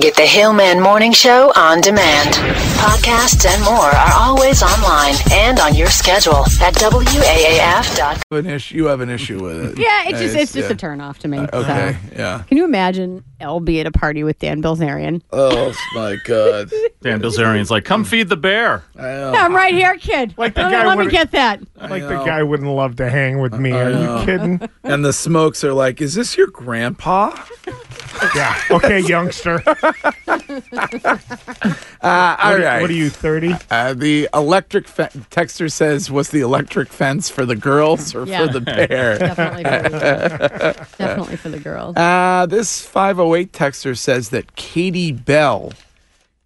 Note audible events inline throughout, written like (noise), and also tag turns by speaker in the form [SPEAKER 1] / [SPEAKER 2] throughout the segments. [SPEAKER 1] Get the Hillman Morning Show on demand. Podcasts and more are always online and on your schedule at WAAF.com.
[SPEAKER 2] have an issue. You have an issue with it.
[SPEAKER 3] (laughs) Yeah, it's just it's just
[SPEAKER 2] yeah. Uh,
[SPEAKER 3] a turn off to me.
[SPEAKER 2] Okay,
[SPEAKER 3] so.
[SPEAKER 2] yeah.
[SPEAKER 3] Can you imagine LB at a party with Dan Bilzerian?
[SPEAKER 2] Oh my
[SPEAKER 3] (laughs)
[SPEAKER 2] god.
[SPEAKER 4] Dan Bilzerian's like, come feed the bear.
[SPEAKER 2] I know.
[SPEAKER 3] I'm right here, kid.
[SPEAKER 5] Like the
[SPEAKER 3] let me,
[SPEAKER 5] guy
[SPEAKER 3] let me
[SPEAKER 5] would-
[SPEAKER 3] get that.
[SPEAKER 5] Like
[SPEAKER 2] know.
[SPEAKER 5] the guy wouldn't love to hang with me. Are
[SPEAKER 2] know.
[SPEAKER 5] you kidding?
[SPEAKER 2] And the smokes are like, is this your grandpa?
[SPEAKER 5] yeah.
[SPEAKER 2] (laughs)
[SPEAKER 5] Okay, youngster.
[SPEAKER 2] Uh, all
[SPEAKER 5] What are-
[SPEAKER 2] right.
[SPEAKER 5] What are you, 30?
[SPEAKER 2] Uh, the electric fe- texter says, was the electric fence for the girls or
[SPEAKER 3] Yeah.
[SPEAKER 2] for the bear?
[SPEAKER 3] Definitely for the, definitely for the girls.
[SPEAKER 2] (laughs) Uh, this 508 texter says that Katie Bell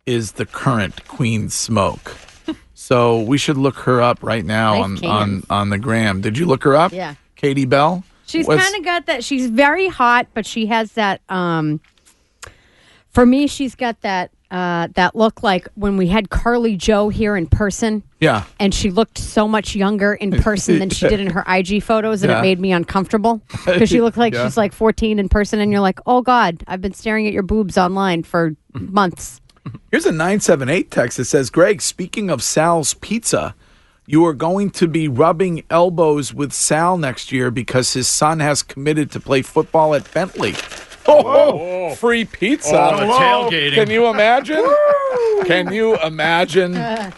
[SPEAKER 2] is the current Queen
[SPEAKER 3] (laughs)
[SPEAKER 2] Smoke. So we should look her up right now
[SPEAKER 3] Nice
[SPEAKER 2] on, on
[SPEAKER 3] cans.
[SPEAKER 2] on the gram. Did you look her up?
[SPEAKER 3] Yeah.
[SPEAKER 2] Katie Bell.
[SPEAKER 3] She's
[SPEAKER 2] What's-
[SPEAKER 3] kind of got that. She's very hot, but she has that. Um, for me, she's got that uh, that look like when we had Carly Joe here in person.
[SPEAKER 2] yeah.
[SPEAKER 3] And she looked so much younger in person than she did in her IG photos, and
[SPEAKER 2] Yeah.
[SPEAKER 3] it made
[SPEAKER 2] (laughs)
[SPEAKER 3] me uncomfortable because she looked like
[SPEAKER 2] Yeah.
[SPEAKER 3] she's like 14 in person, and you're like, oh God, I've been staring at your boobs online for months.
[SPEAKER 2] Here's a 978 text that says, Greg, speaking of Sal's pizza, you are going to be rubbing elbows with Sal next year because his son has committed to play football at Bentley. Oh, free pizza.
[SPEAKER 4] Oh, tailgating.
[SPEAKER 2] Uh, Can you imagine? Can you imagine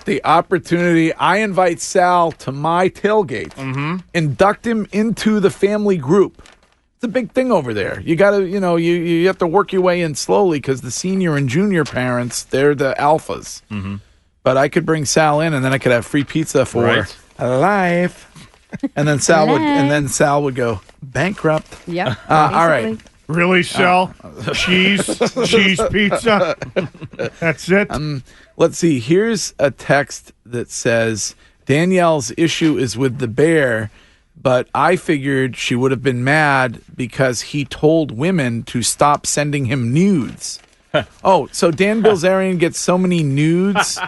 [SPEAKER 2] the opportunity? I invite Sal to my tailgate, induct him into the family group. It's a big thing over there. You got to, you know, you, you have to work your way in slowly because the senior and junior parents, they're the alphas. But I could bring Sal in and then I could have free pizza for
[SPEAKER 4] Right.
[SPEAKER 2] life. And then Sal would, and then Sal would go bankrupt.
[SPEAKER 3] Yep.
[SPEAKER 2] Uh, all right.
[SPEAKER 3] basically.
[SPEAKER 5] Really, Shell? cheese? Cheese pizza? That's it?
[SPEAKER 2] Um, Let's see. Here's a text that says Danielle's issue is with the bear, but I figured she would have been mad because he told women to stop sending him nudes. oh, so Dan Bilzerian gets so many nudes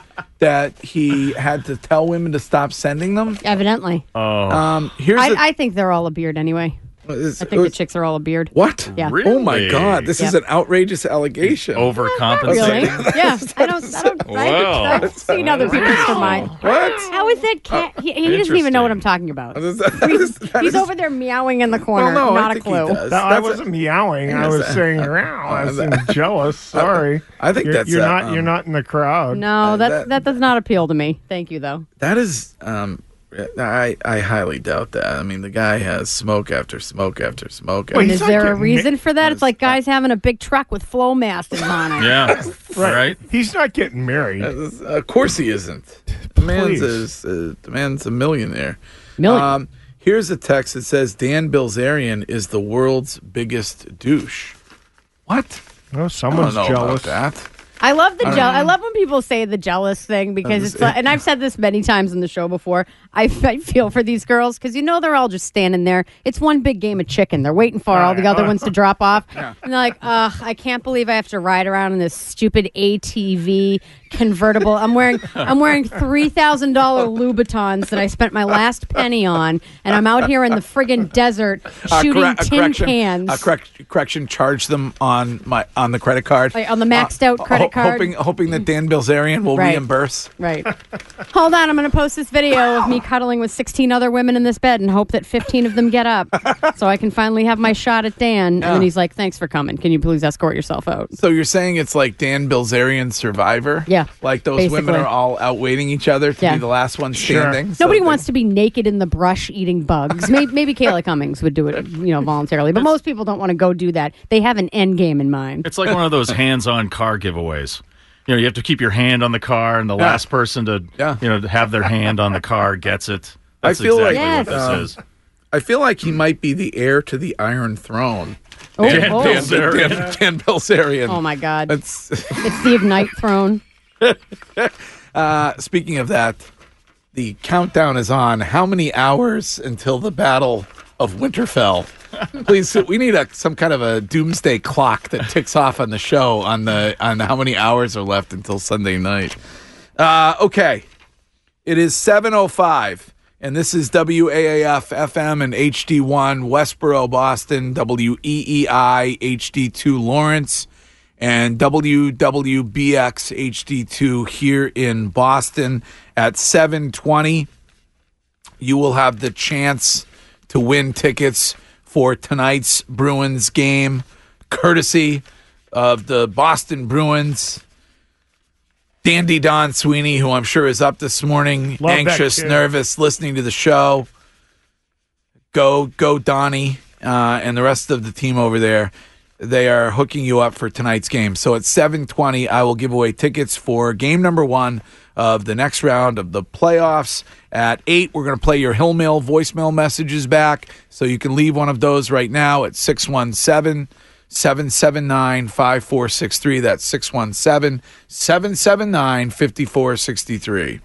[SPEAKER 2] that he had to tell women to stop sending them.
[SPEAKER 3] Evidently.
[SPEAKER 2] Um, here's
[SPEAKER 3] I,
[SPEAKER 2] a- oh,
[SPEAKER 3] I think they're all a beard anyway. I think the chicks are all a beard.
[SPEAKER 2] what?
[SPEAKER 3] Yeah.
[SPEAKER 2] Oh my
[SPEAKER 4] Really?
[SPEAKER 2] God! This is
[SPEAKER 3] Yep.
[SPEAKER 2] an outrageous allegation.
[SPEAKER 3] Really?
[SPEAKER 4] Overcompensating.
[SPEAKER 3] yeah. I don't. I
[SPEAKER 2] (laughs)
[SPEAKER 3] don't.
[SPEAKER 4] Wow.
[SPEAKER 3] I, I've seen other people's for mine.
[SPEAKER 2] What? Uh,
[SPEAKER 3] How is that cat? He, he doesn't even know what I'm talking about.
[SPEAKER 2] (laughs)
[SPEAKER 3] He's over there meowing in the corner.
[SPEAKER 2] Well, no, I
[SPEAKER 3] not a
[SPEAKER 2] think he
[SPEAKER 3] clue.
[SPEAKER 2] does.
[SPEAKER 5] No, I
[SPEAKER 2] That's a-
[SPEAKER 5] wasn't meowing. I was saying, "Row." I was in jealous. Sorry.
[SPEAKER 2] (laughs) I think
[SPEAKER 5] you're,
[SPEAKER 2] that's
[SPEAKER 5] you're
[SPEAKER 2] a,
[SPEAKER 5] not.
[SPEAKER 2] um,
[SPEAKER 5] you're not in the crowd.
[SPEAKER 3] No, that,
[SPEAKER 2] Uh, that-
[SPEAKER 3] that does not appeal to me. Thank you though.
[SPEAKER 2] That is, um, I I highly doubt that. I mean, the guy has smoke after smoke after smoke.
[SPEAKER 5] Wait,
[SPEAKER 3] Is
[SPEAKER 5] He's not
[SPEAKER 3] there a
[SPEAKER 5] getting
[SPEAKER 3] reason
[SPEAKER 5] nicked.
[SPEAKER 3] for that? It's like guys having a big truck with flow masters on
[SPEAKER 2] (laughs)
[SPEAKER 3] it.
[SPEAKER 4] Yeah. Right.
[SPEAKER 5] He's not getting married.
[SPEAKER 2] after- Uh, of course he isn't. The man's
[SPEAKER 5] Please.
[SPEAKER 2] a, uh, the man's a millionaire.
[SPEAKER 3] Million.
[SPEAKER 2] Um, here's a text that says Dan Bilzerian is the world's biggest douche. What?
[SPEAKER 5] No,
[SPEAKER 2] I
[SPEAKER 5] Oh, someone's
[SPEAKER 2] don't know
[SPEAKER 5] jealous.
[SPEAKER 2] about that.
[SPEAKER 3] I love the jeal. I love when people say the jealous thing because
[SPEAKER 2] That is-
[SPEAKER 3] it's like, and I've said this many times in the show before. I, f- I feel for these girls because you know they're all just standing there. It's one big game of chicken. They're waiting for all the other ones to drop off, and they're like, "Ugh, I can't believe I have to ride around in this stupid ATV convertible. I'm wearing I'm wearing three thousand dollar Louboutins that I spent my last penny on, and I'm out here in the friggin' desert
[SPEAKER 2] Uh,
[SPEAKER 3] shooting
[SPEAKER 2] corre- a
[SPEAKER 3] tin
[SPEAKER 2] correction,
[SPEAKER 3] cans."
[SPEAKER 2] A correct, correction. Charge them on my on the credit card. Uh,
[SPEAKER 3] Like, on the maxed out credit card?
[SPEAKER 2] Hoping hoping that Dan Bilzerian will
[SPEAKER 3] Right.
[SPEAKER 2] reimburse.
[SPEAKER 3] Right. Hold on, I'm going to post this video of me cuddling with 16 other women in this bed and hope that 15 of them get up so I can finally have my shot at Dan. And then he's like, thanks for coming. Can you please escort yourself out?
[SPEAKER 2] So you're saying it's like Dan Bilzerian Survivor?
[SPEAKER 3] Yeah,
[SPEAKER 2] Like those women
[SPEAKER 3] basically.
[SPEAKER 2] are all outweighting each other to
[SPEAKER 3] Yeah.
[SPEAKER 2] be the last one standing. so
[SPEAKER 3] Nobody
[SPEAKER 2] they-
[SPEAKER 3] wants to be naked in the brush eating bugs. Maybe, maybe Kayla Cummings would do it, you know, voluntarily. But most people don't want to go do that. They have an end game in mind.
[SPEAKER 4] It's like one of those hands on car giveaways. You know, you have to keep your hand on the car, and the last person to,
[SPEAKER 2] Yeah.
[SPEAKER 4] you know, to have their hand on the car gets it. That's
[SPEAKER 2] feel like-
[SPEAKER 4] exactly
[SPEAKER 3] Yes.
[SPEAKER 4] what this is.
[SPEAKER 2] I feel like he might be the heir to the Iron Throne.
[SPEAKER 3] Oh,
[SPEAKER 2] Dan,
[SPEAKER 3] oh.
[SPEAKER 2] Dan, Dan, Dan Bilzerian.
[SPEAKER 3] Oh, my God. It's
[SPEAKER 2] That's
[SPEAKER 3] the Ignite Throne.
[SPEAKER 2] uh, speaking of that. The countdown is on. How many hours until the Battle of Winterfell? Please, we need a some kind of a doomsday clock that ticks off on the show on the on how many hours are left until Sunday night. Uh, okay, it is 7.05, and this is WAAF FM and HD1 Westboro, Boston, E WEEI HD2 Lawrence, and WWBX HD2 here in Boston at 7.20. You will have the chance to win tickets for tonight's Bruins game, courtesy of the Boston Bruins. Dandy Don Sweeney, who I'm sure is up this morning,
[SPEAKER 5] Love that
[SPEAKER 2] anxious,
[SPEAKER 5] kid.
[SPEAKER 2] nervous, listening to the show. Go, go, Donnie, uh, and the rest of the team over there. They are hooking you up for tonight's game. So at 7:20, I will give away tickets for game number one of the next round of the playoffs. At eight, we're going to play your Hill Mail voicemail messages back, so you can leave one of those right now at 617- 779 5463. That's 617 779 5463.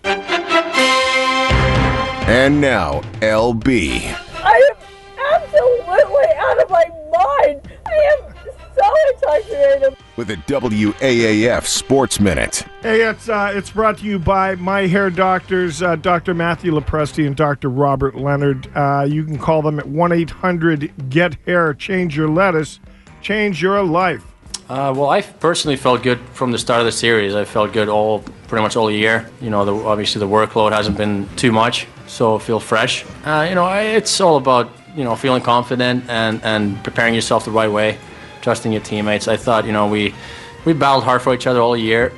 [SPEAKER 6] And now, LB.
[SPEAKER 7] I am absolutely out of my mind. I am so intoxicated.
[SPEAKER 6] with a WAAF Sports Minute.
[SPEAKER 5] Hey, it's uh, it's brought to you by my hair doctors, uh, Dr. Matthew Lepresti and Dr. Robert Leonard. Uh, you can call them at one eight hundred Get Hair. Change your lettuce, change your life.
[SPEAKER 8] Uh, well, I personally felt good from the start of the series. I felt good all pretty much all year. You know, the, obviously the workload hasn't been too much, so I feel fresh. Uh, you know, I, it's all about you know feeling confident and and preparing yourself the right way, trusting your teammates. I thought you know we we battled hard for each other all year.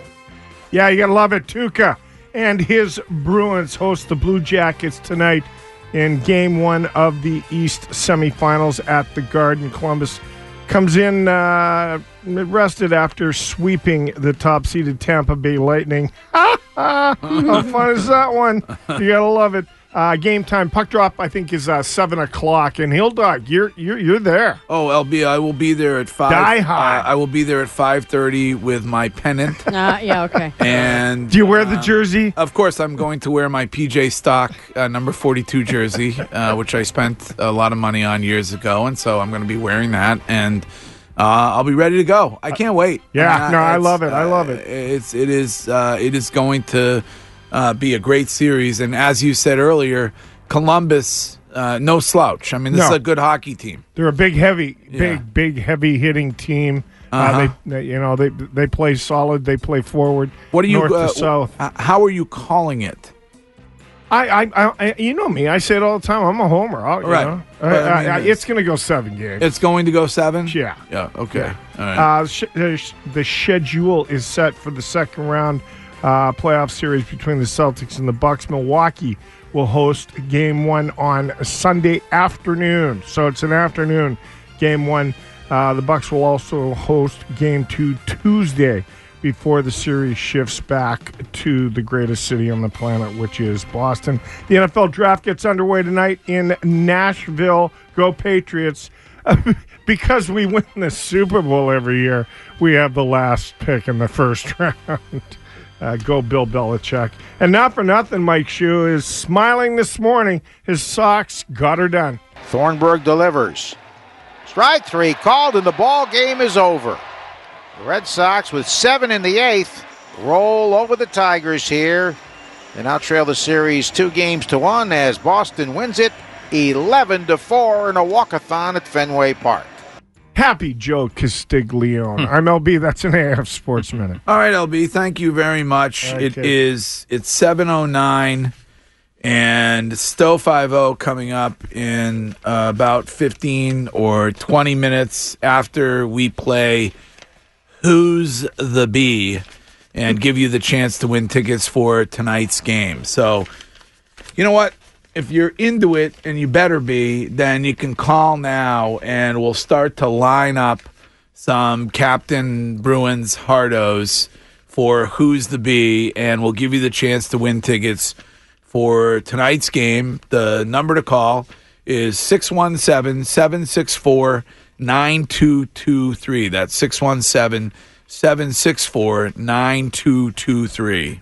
[SPEAKER 5] Yeah, you gotta love it. Tuca and his Bruins host the Blue Jackets tonight in game one of the East semifinals at the Garden. Columbus comes in uh, rested after sweeping the top seeded Tampa Bay Lightning. (laughs) How fun is that one? You gotta love it. Uh, game time puck drop I think is uh, seven o'clock and Hill Dog, you're you're you're there.
[SPEAKER 2] Oh, LB, I will be there at 5.
[SPEAKER 5] Die hard.
[SPEAKER 2] Uh, I will be there at 5.30 with my pennant.
[SPEAKER 3] Uh, yeah, okay.
[SPEAKER 2] and,
[SPEAKER 5] Do you wear the jersey?
[SPEAKER 2] of course, I'm going to wear my PJ Stock uh, number 42 jersey, uh, which I spent a lot of money on years ago. And so I'm going to be wearing that. And uh, I'll be ready to go. I can't wait.
[SPEAKER 5] Yeah,
[SPEAKER 2] Uh,
[SPEAKER 5] no, I
[SPEAKER 2] it's,
[SPEAKER 5] love it. I love it.
[SPEAKER 2] uh, It's it is uh, it is going to uh, be a great series, and as you said earlier, Columbus uh, no slouch. I mean, this
[SPEAKER 5] No.
[SPEAKER 2] is a good hockey team.
[SPEAKER 5] They're a big, heavy,
[SPEAKER 2] Yeah. Uh-huh.
[SPEAKER 5] big, big, heavy hitting team. uh they, they- you know, they they play solid. They play forward.
[SPEAKER 2] What do you
[SPEAKER 5] north
[SPEAKER 2] uh,
[SPEAKER 5] to south?
[SPEAKER 2] uh, How are you calling it?
[SPEAKER 5] I, I, I, I, you know me. I say it all the time. I'm a homer. I'll, you
[SPEAKER 2] Right.
[SPEAKER 5] know.
[SPEAKER 2] But, I
[SPEAKER 5] I-
[SPEAKER 2] mean,
[SPEAKER 5] I-
[SPEAKER 2] it's-
[SPEAKER 5] it's going to go seven games.
[SPEAKER 2] It's going to go seven.
[SPEAKER 5] Yeah.
[SPEAKER 2] Yeah. Okay. All right.
[SPEAKER 5] Uh, sh- the sh- the schedule is set for the second round uh, playoff series between the Celtics and the Bucks. Milwaukee will host Game One on Sunday afternoon, so it's an afternoon Game One. Uh, the Bucks will also host Game Two Tuesday before the series shifts back to the greatest city on the planet, which is Boston. The NFL draft gets underway tonight in Nashville. Go Patriots! (laughs) because we win the Super Bowl every year, we have the last pick in the first (laughs) round. Uh, go Bill Belichick. And not for nothing, Mike Shue is smiling this morning. His socks got her done.
[SPEAKER 9] Thornburg delivers. Strike three called, and the ball game is over. The Red Sox, with seven in the eighth, roll over the Tigers here. They now trail the series two games to one as Boston wins it 11 to four in a walkathon at Fenway Park.
[SPEAKER 5] Happy Joe Castiglione. I'm LB. That's an AF Sports Minute.
[SPEAKER 2] All right, LB. Thank you very much.
[SPEAKER 5] right,
[SPEAKER 2] It is
[SPEAKER 5] kid.
[SPEAKER 2] It's seven oh nine, and Stowe five oh coming up in uh, about fifteen or twenty minutes after we play. Who's the bee? And give you the chance to win tickets for tonight's game. So, you know what? If you're into it, and you better be, then you can call now, and we'll start to line up some Captain Bruins Hardos for Who's the Bee, and we'll give you the chance to win tickets for tonight's game. The number to call is 617 764 9223. That's 617 764 9223.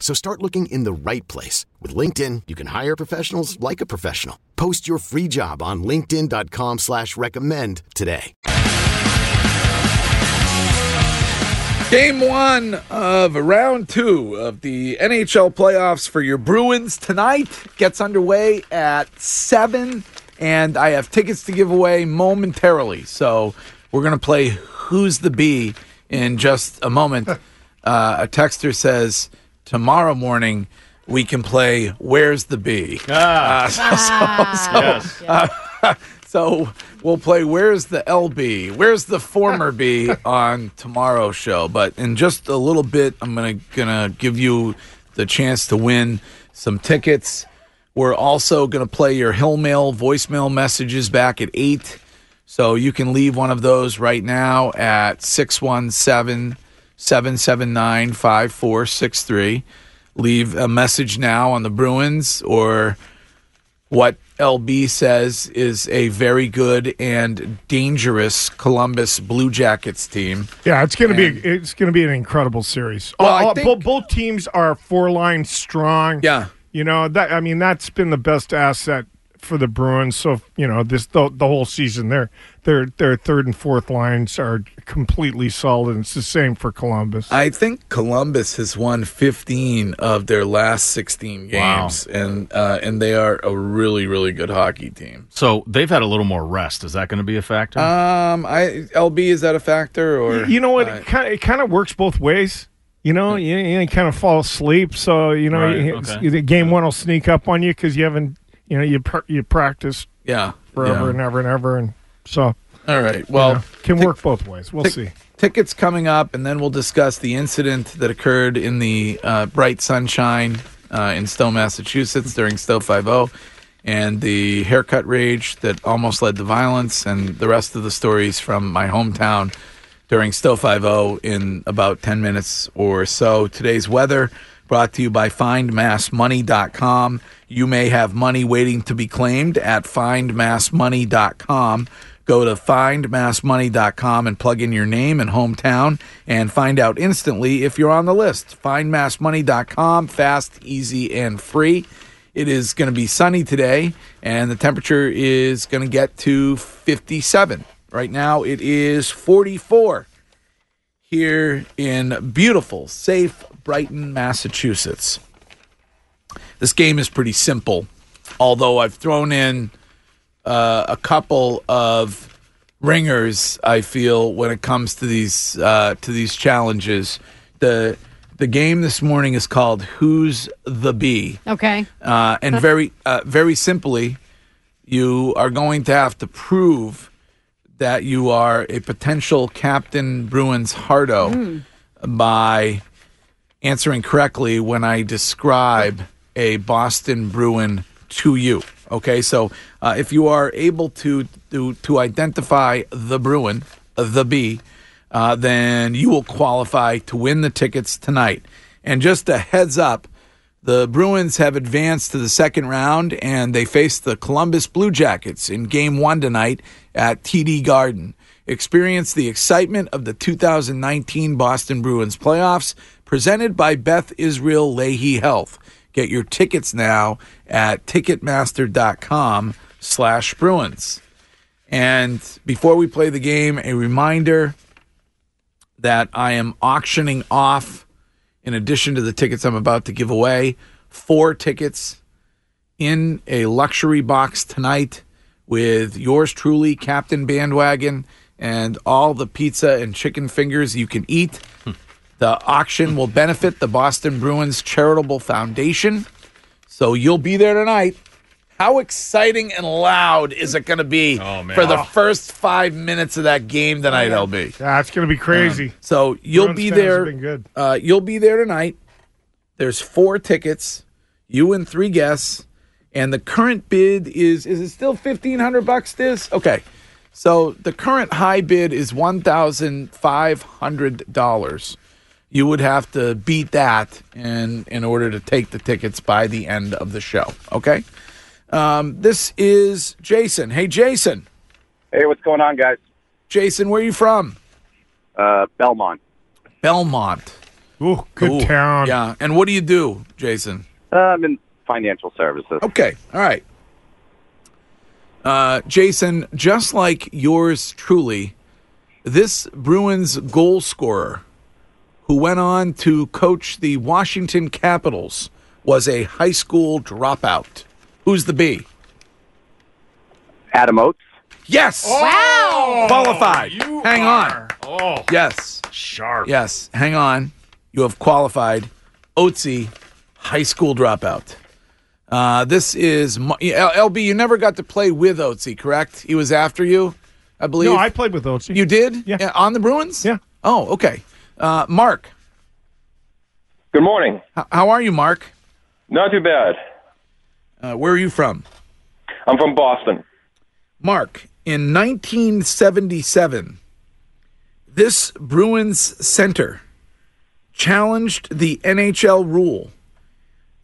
[SPEAKER 10] So start looking in the right place. With LinkedIn, you can hire professionals like a professional. Post your free job on linkedin.com slash recommend today.
[SPEAKER 2] Game one of round two of the NHL playoffs for your Bruins tonight gets underway at seven, and I have tickets to give away momentarily. So we're gonna play Who's the Bee in just a moment. uh, a texter says tomorrow morning we can play Where's the Bee. Ah. so, so, so, uh, so we'll play Where's the LB? Where's the former B on tomorrow's show? But in just a little bit, I'm gonna gonna give you the chance to win some tickets. We're also gonna play your Hill Mail voicemail messages back at eight. So you can leave one of those right now at 617 779 5463. Leave a message now on the Bruins or what LB says is a very good and dangerous Columbus Blue Jackets team.
[SPEAKER 5] Yeah, it's gonna be it's gonna be an incredible series.
[SPEAKER 2] Well,
[SPEAKER 5] All-
[SPEAKER 2] I
[SPEAKER 5] all-
[SPEAKER 2] think-
[SPEAKER 5] bo- both teams are four line strong.
[SPEAKER 2] Yeah,
[SPEAKER 5] you know that. I mean, that's been the best asset for the Bruins. So you know this the, the whole season. Their their their third and fourth lines are completely solid. and It's the same for Columbus.
[SPEAKER 2] I think Columbus has won 15 of their last 16
[SPEAKER 4] Wow.
[SPEAKER 2] games, and uh, and they are a really really good hockey team.
[SPEAKER 4] So they've had a little more rest. Is that going to be a factor?
[SPEAKER 2] Um, I LB is that a factor or
[SPEAKER 5] you know what? it kind it kind of works both ways. You know, you, you kind of fall asleep, so you know
[SPEAKER 2] Right,
[SPEAKER 5] you-
[SPEAKER 2] okay.
[SPEAKER 5] you- the game one will sneak up on you because you haven't, you know, you pr- you practice
[SPEAKER 2] yeah
[SPEAKER 5] forever
[SPEAKER 2] yeah.
[SPEAKER 5] and ever and ever, and so
[SPEAKER 2] All right. Well,
[SPEAKER 5] you know, can work both ways. We'll
[SPEAKER 2] Tic-
[SPEAKER 5] see.
[SPEAKER 2] Tickets coming up, and then we'll discuss the incident that occurred in the uh, bright sunshine uh, in Stowe, Massachusetts during Stowe 5 and the haircut rage that almost led to violence, and the rest of the stories from my hometown during Stowe 5 in about 10 minutes or so. Today's weather brought to you by findmassmoney.com. You may have money waiting to be claimed at findmassmoney.com. Go to findmassmoney.com and plug in your name and hometown and find out instantly if you're on the list. Findmassmoney.com, fast, easy, and free. It is going to be sunny today, and the temperature is going to get to 57. Right now, it is 44 here in beautiful, safe Brighton, Massachusetts. This game is pretty simple, although I've thrown in uh, a couple of ringers. I feel when it comes to these uh, to these challenges, the the game this morning is called "Who's the Bee."
[SPEAKER 3] Okay.
[SPEAKER 2] Uh, and very, uh, very simply, you are going to have to prove that you are a potential Captain Bruins Hardo by answering correctly when I describe a Boston Bruin to you. Okay, so uh, if you are able to to, to identify the Bruin, the bee, uh, then you will qualify to win the tickets tonight. And just a heads up, the Bruins have advanced to the second round and they face the Columbus Blue Jackets in game one tonight at TD Garden. Experience the excitement of the 2019 Boston Bruins playoffs presented by Beth Israel Leahy Health. Get your tickets now at ticketmaster.com slash Bruins. And before we play the game, a reminder that I am auctioning off, in addition to the tickets I'm about to give away, four tickets in a luxury box tonight with yours truly, Captain Bandwagon, and all the pizza and chicken fingers you can eat. The auction will benefit the Boston Bruins Charitable Foundation. So you'll be there tonight How exciting and loud is it going to be
[SPEAKER 5] Oh,
[SPEAKER 2] for the first five minutes of that game tonight, LB?
[SPEAKER 5] That's going to be crazy.
[SPEAKER 2] So you'll
[SPEAKER 5] Oh, Bruins
[SPEAKER 2] be
[SPEAKER 5] fans have
[SPEAKER 2] there.
[SPEAKER 5] been good.
[SPEAKER 2] Uh, you'll be there tonight. There's four tickets. You and three guests. And the current bid is is it still fifteen hundred bucks? This okay. So the current high bid is one thousand five hundred dollars. You would have to beat that in in order to take the tickets by the end of the show. Okay. Um, this is Jason. Hey, Jason.
[SPEAKER 11] Hey, what's going on, guys?
[SPEAKER 2] Jason, where are you from?
[SPEAKER 11] Uh, Belmont.
[SPEAKER 2] Belmont.
[SPEAKER 5] Ooh, good
[SPEAKER 2] town. Yeah. And what do you do, Jason?
[SPEAKER 11] Uh, I'm in financial services.
[SPEAKER 2] Okay. All right. Uh, Jason, just like yours truly, this Bruins goal scorer who went on to coach the Washington Capitals was a high school dropout. Who's the B?
[SPEAKER 11] Adam Oates.
[SPEAKER 2] Yes.
[SPEAKER 4] Wow.
[SPEAKER 2] Qualified. Hang on.
[SPEAKER 4] Oh,
[SPEAKER 2] Yes.
[SPEAKER 4] sharp.
[SPEAKER 2] Yes. Hang on. You have qualified. Otzi, high school dropout. Uh, this is Mo- L- LB. You never got to play with Otzi, correct? He was after you, I believe.
[SPEAKER 5] No, I played with Otsi.
[SPEAKER 2] You did? Yeah. On the Bruins? Yeah. Oh, okay. Uh, Mark.
[SPEAKER 11] Good morning.
[SPEAKER 2] H- how are you, Mark?
[SPEAKER 11] Not too bad.
[SPEAKER 2] Uh, where are you from?
[SPEAKER 11] I'm from Boston.
[SPEAKER 2] Mark, in 1977, this Bruins center challenged the NHL rule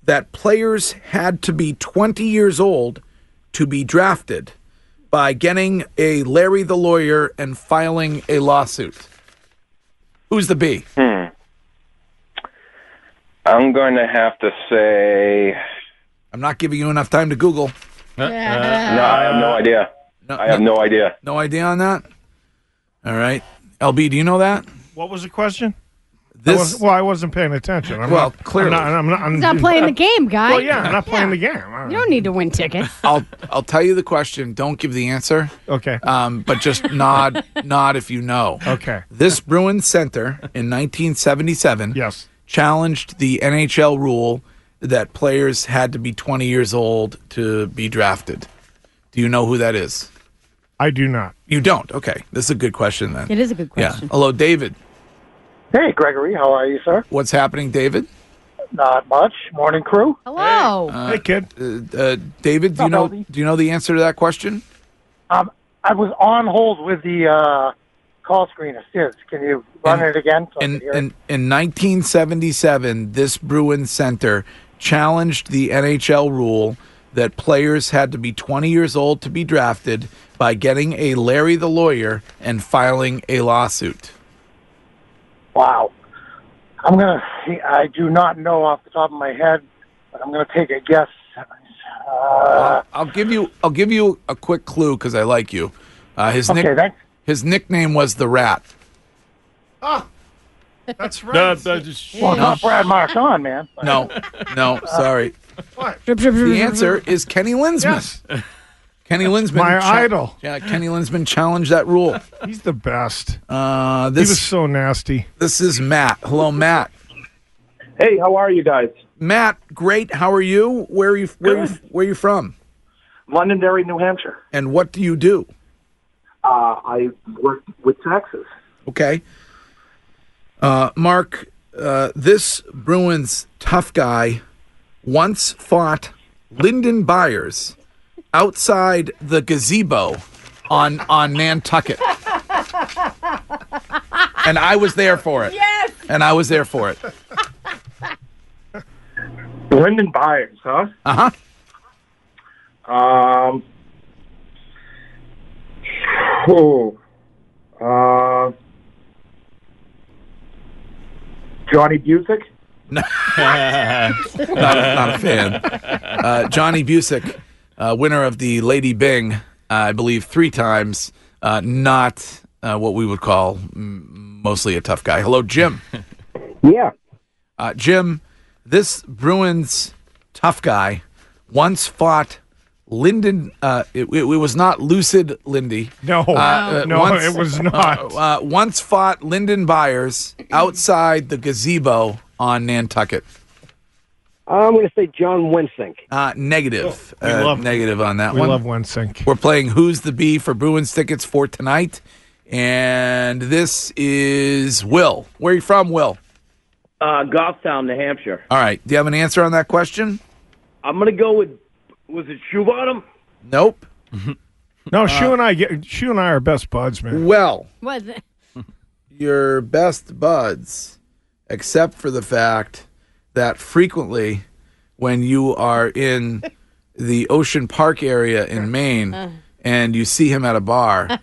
[SPEAKER 2] that players had to be 20 years old to be drafted by getting a Larry the Lawyer and filing a lawsuit. Who's the B?
[SPEAKER 11] Hmm. I'm going to have to say.
[SPEAKER 2] I'm not giving you enough time to Google.
[SPEAKER 11] no, I have no idea. I have no, idea.
[SPEAKER 2] No idea on that? All right. LB, do you know that?
[SPEAKER 5] What was the question? I
[SPEAKER 2] This
[SPEAKER 5] wasn't- well, I wasn't paying attention. I'm
[SPEAKER 2] Well,
[SPEAKER 5] not,
[SPEAKER 2] clearly.
[SPEAKER 5] I'm not, I'm not, I'm,
[SPEAKER 3] He's not playing the game, guy.
[SPEAKER 5] Well, yeah, I'm not playing the game.
[SPEAKER 3] You don't need to win tickets.
[SPEAKER 2] I'll I'll tell you the question. Don't give the answer.
[SPEAKER 5] Okay.
[SPEAKER 2] Um, but just nod nod if you know.
[SPEAKER 5] Okay.
[SPEAKER 2] This Bruins center in 1977
[SPEAKER 5] yes.
[SPEAKER 2] challenged the NHL rule that players had to be 20 years old to be drafted. Do you know who that is?
[SPEAKER 5] I do not.
[SPEAKER 2] You don't. Okay. This is a good question then.
[SPEAKER 3] It is a good
[SPEAKER 2] Yeah.
[SPEAKER 3] question.
[SPEAKER 2] Hello, David.
[SPEAKER 12] Hey, Gregory, how are you, sir?
[SPEAKER 2] What's happening, David?
[SPEAKER 12] Not much. Morning crew.
[SPEAKER 3] Hello.
[SPEAKER 2] Uh, Uh, uh, David, do you know do you know the answer to that question?
[SPEAKER 12] Um, I was on hold with the uh, call screen assist. Can you run
[SPEAKER 2] And-
[SPEAKER 12] it again? So I
[SPEAKER 2] in,
[SPEAKER 12] can hear
[SPEAKER 2] in, in 1977, this Bruin Center challenged the NHL rule that players had to be 20 years old to be drafted by getting a Larry the Lawyer and filing a lawsuit.
[SPEAKER 12] Wow. I'm gonna. See, I do not know off the top of my head, but I'm gonna take a guess. Uh,
[SPEAKER 2] I'll give you I'll give you a quick clue because I like you. Uh, his
[SPEAKER 12] Okay, thanks.
[SPEAKER 2] his nickname was the Rat.
[SPEAKER 5] That's
[SPEAKER 12] right. well, not Brad Marchand, man.
[SPEAKER 2] No,
[SPEAKER 5] (laughs) Uh,
[SPEAKER 2] no, sorry. The answer is Kenny Linsman. Kenny Linsman,
[SPEAKER 5] My
[SPEAKER 2] cha-
[SPEAKER 5] idol.
[SPEAKER 2] Yeah, Kenny Linsman challenged that rule.
[SPEAKER 5] He's the best.
[SPEAKER 2] Uh,
[SPEAKER 5] he
[SPEAKER 2] this
[SPEAKER 5] was so nasty.
[SPEAKER 2] This is Matt. Hello, Matt.
[SPEAKER 11] Hey, how are you guys?
[SPEAKER 2] Matt, great. How are you? Where are you? Where are you, where are you from?
[SPEAKER 12] Londonderry, New Hampshire.
[SPEAKER 2] And what do you do?
[SPEAKER 12] Uh, I worked with taxes.
[SPEAKER 2] Okay. Uh, Mark, uh, this Bruins tough guy once fought Lyndon Byers outside the gazebo on on Nantucket, and I was there for it.
[SPEAKER 12] Yes.
[SPEAKER 2] And I was there for it.
[SPEAKER 12] Brendan Byers, huh?
[SPEAKER 2] Uh
[SPEAKER 12] Um. Oh. Uh, Johnny Busick.
[SPEAKER 2] huh. not, a- not a fan. Uh, Johnny Busick, uh, winner of the Lady Bing, uh, I believe three times. Uh, not uh, what we would call mm, mostly a tough guy. Hello, Jim.
[SPEAKER 13] Yeah.
[SPEAKER 2] Uh, Jim, this Bruins tough guy once fought Lyndon. Uh, it, it, it was not Lucid Lindy.
[SPEAKER 5] No. No, it was not.
[SPEAKER 2] Uh, uh, once fought Lyndon Byers outside the gazebo on Nantucket.
[SPEAKER 13] I'm going to say John Wensink.
[SPEAKER 2] Uh, negative.
[SPEAKER 5] Oh, We
[SPEAKER 2] Uh,
[SPEAKER 5] love-
[SPEAKER 2] negative on that
[SPEAKER 5] we
[SPEAKER 2] one. Uh,
[SPEAKER 5] love Wensink.
[SPEAKER 2] We're playing Who's the Bee for Bruins tickets for tonight. And this is Will. Where are you from, Will?
[SPEAKER 14] Uh, Goffstown, New Hampshire.
[SPEAKER 2] All right. Do you have an answer on that question?
[SPEAKER 14] I'm gonna go with. Was it shoe bottom?
[SPEAKER 2] Nope.
[SPEAKER 5] No, Shu and I get Shu and I are best buds, man.
[SPEAKER 2] Well,
[SPEAKER 3] What? the-
[SPEAKER 2] your best buds, except for the fact that frequently when you are in the Ocean Park area in Maine and you see him at a bar,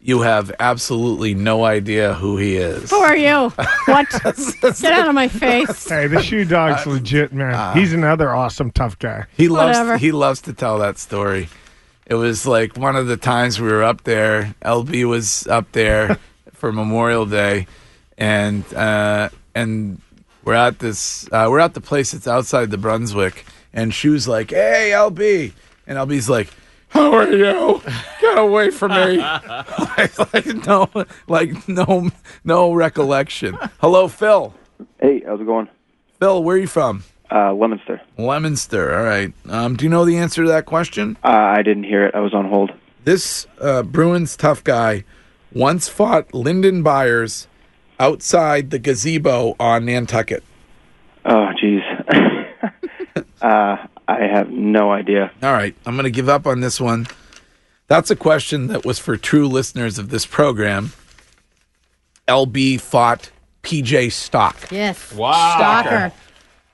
[SPEAKER 2] you have absolutely no idea who he is.
[SPEAKER 3] Who are you? What?
[SPEAKER 2] (laughs)
[SPEAKER 3] Get out of my face.
[SPEAKER 5] hey, the shoe dog's
[SPEAKER 2] Uh,
[SPEAKER 5] legit, man. He's another awesome tough guy.
[SPEAKER 2] He loves
[SPEAKER 3] Whatever.
[SPEAKER 2] he loves to tell that story. It was like one of the times we were up there. LB was up there for Memorial Day, and uh, and we're at this uh, we're at the place that's outside the Brunswick, and Shu's like, "Hey, LB," and LB's like, "How are you? Get away from me!" (laughs) like, like no, like no, no recollection. Hello, Phil.
[SPEAKER 15] Hey, how's it going?
[SPEAKER 2] Phil, where are you from?
[SPEAKER 15] Uh, Lemonster.
[SPEAKER 2] Lemonster. All right. Um, do you know the answer to that question?
[SPEAKER 15] Uh, I didn't hear it. I was on hold.
[SPEAKER 2] This uh, Bruins tough guy once fought Lyndon Byers outside the gazebo on Nantucket.
[SPEAKER 15] Oh, jeez. (laughs) uh, I have no idea.
[SPEAKER 2] All right, I'm going to give up on this one. That's a question that was for true listeners of this program. LB fought PJ Stock
[SPEAKER 3] Yes.
[SPEAKER 2] Wow.
[SPEAKER 3] Stalker.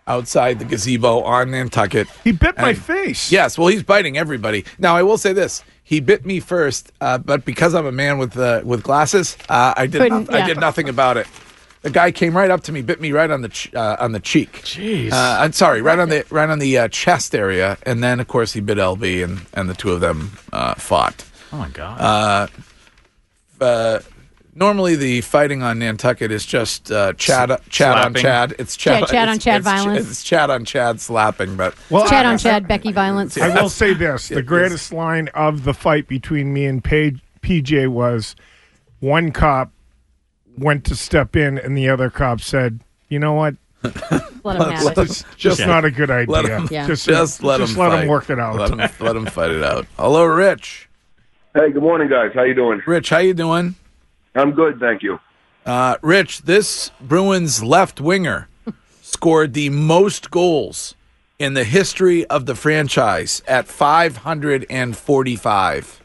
[SPEAKER 2] outside the gazebo on Nantucket.
[SPEAKER 5] He bit
[SPEAKER 2] my
[SPEAKER 5] face.
[SPEAKER 2] Yes, well, he's biting everybody. Now, I will say this: he bit me first, uh, but because I'm a man with uh, with glasses, uh, I did
[SPEAKER 5] Couldn't-
[SPEAKER 2] noth- I
[SPEAKER 5] yeah.
[SPEAKER 2] did nothing about it. The guy came right up to me, bit me right on the ch- uh, on the cheek. Jeez. Uh, I'm sorry, right on the right on the uh, chest area, and then of course he bit LB, and and the two of them uh, fought.
[SPEAKER 4] Oh my god.
[SPEAKER 2] Uh, uh, normally the fighting on Nantucket is just uh, Chad Chad on
[SPEAKER 4] slapping.
[SPEAKER 2] Chad. It's Chad.
[SPEAKER 3] Yeah, Chad on
[SPEAKER 2] it's-
[SPEAKER 3] Chad
[SPEAKER 2] it's-
[SPEAKER 3] violence.
[SPEAKER 2] It's Chad on Chad slapping, but
[SPEAKER 3] Chad on Chad, Becky violence.
[SPEAKER 5] I will
[SPEAKER 2] (laughs)
[SPEAKER 5] say this: the
[SPEAKER 2] Yes.
[SPEAKER 5] greatest line of the fight between me and Paige, PJ was, one cop went to step in, and the other cop said, "You
[SPEAKER 2] (laughs)
[SPEAKER 5] know what?
[SPEAKER 3] Let him have it.
[SPEAKER 5] Just, just
[SPEAKER 2] Yeah.
[SPEAKER 5] not a good idea.
[SPEAKER 2] Let him,
[SPEAKER 5] Just,
[SPEAKER 2] just, let
[SPEAKER 5] just
[SPEAKER 2] him
[SPEAKER 5] let
[SPEAKER 2] fight.
[SPEAKER 5] work it out."
[SPEAKER 2] Let him, let him fight it out. Hello, Rich.
[SPEAKER 11] Hey, good morning, guys. How you doing?
[SPEAKER 2] Rich, how you doing?
[SPEAKER 11] I'm good, thank you.
[SPEAKER 2] Uh, Rich, this Bruins left winger scored the most goals in the history of the franchise at 545.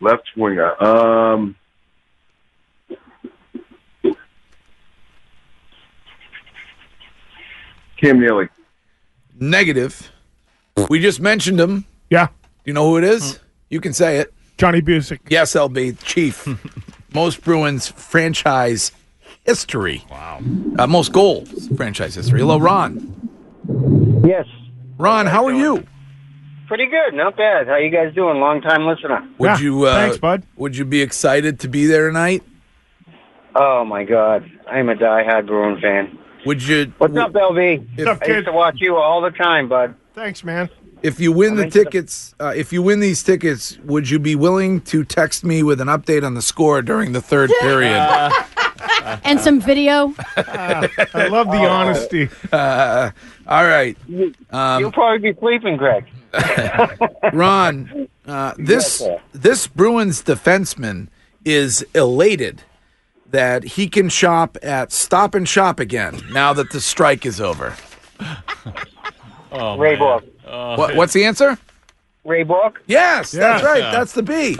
[SPEAKER 11] Left winger. Um, Cam Neely.
[SPEAKER 2] Negative. We just mentioned him.
[SPEAKER 5] Yeah.
[SPEAKER 2] You know who it is? You can say it.
[SPEAKER 5] Johnny Busick.
[SPEAKER 2] Yes, LB, Chief. most Bruins franchise history. Wow. Uh, most goals franchise history. Hello, Ron.
[SPEAKER 16] Yes.
[SPEAKER 2] Ron, how are you?
[SPEAKER 16] Pretty good, not bad. How you guys doing? Long time listener.
[SPEAKER 2] Would you? Uh,
[SPEAKER 16] thanks,
[SPEAKER 5] bud.
[SPEAKER 2] Would you be excited to be there tonight?
[SPEAKER 16] Oh my God, I'm a diehard Bruin fan.
[SPEAKER 2] Would you?
[SPEAKER 16] What's up, LB?
[SPEAKER 2] What's up,
[SPEAKER 16] I used to watch you all the time, bud.
[SPEAKER 5] Thanks, man.
[SPEAKER 2] If you win the tickets, uh, if you win these tickets, would you be willing to text me with an update on the score during the third period?
[SPEAKER 3] And some video.
[SPEAKER 5] I love
[SPEAKER 2] Oh.
[SPEAKER 5] the honesty.
[SPEAKER 2] Uh, all right,
[SPEAKER 16] You'll probably be sleeping, Greg.
[SPEAKER 2] Ron. Uh, this this Bruins defenseman is elated that he can shop at Stop and Shop again now that the strike is over.
[SPEAKER 16] Ray Bork.
[SPEAKER 2] What, what's the answer?
[SPEAKER 16] Ray Bork.
[SPEAKER 2] Yes, that's
[SPEAKER 16] Yes.
[SPEAKER 2] right. That's the B.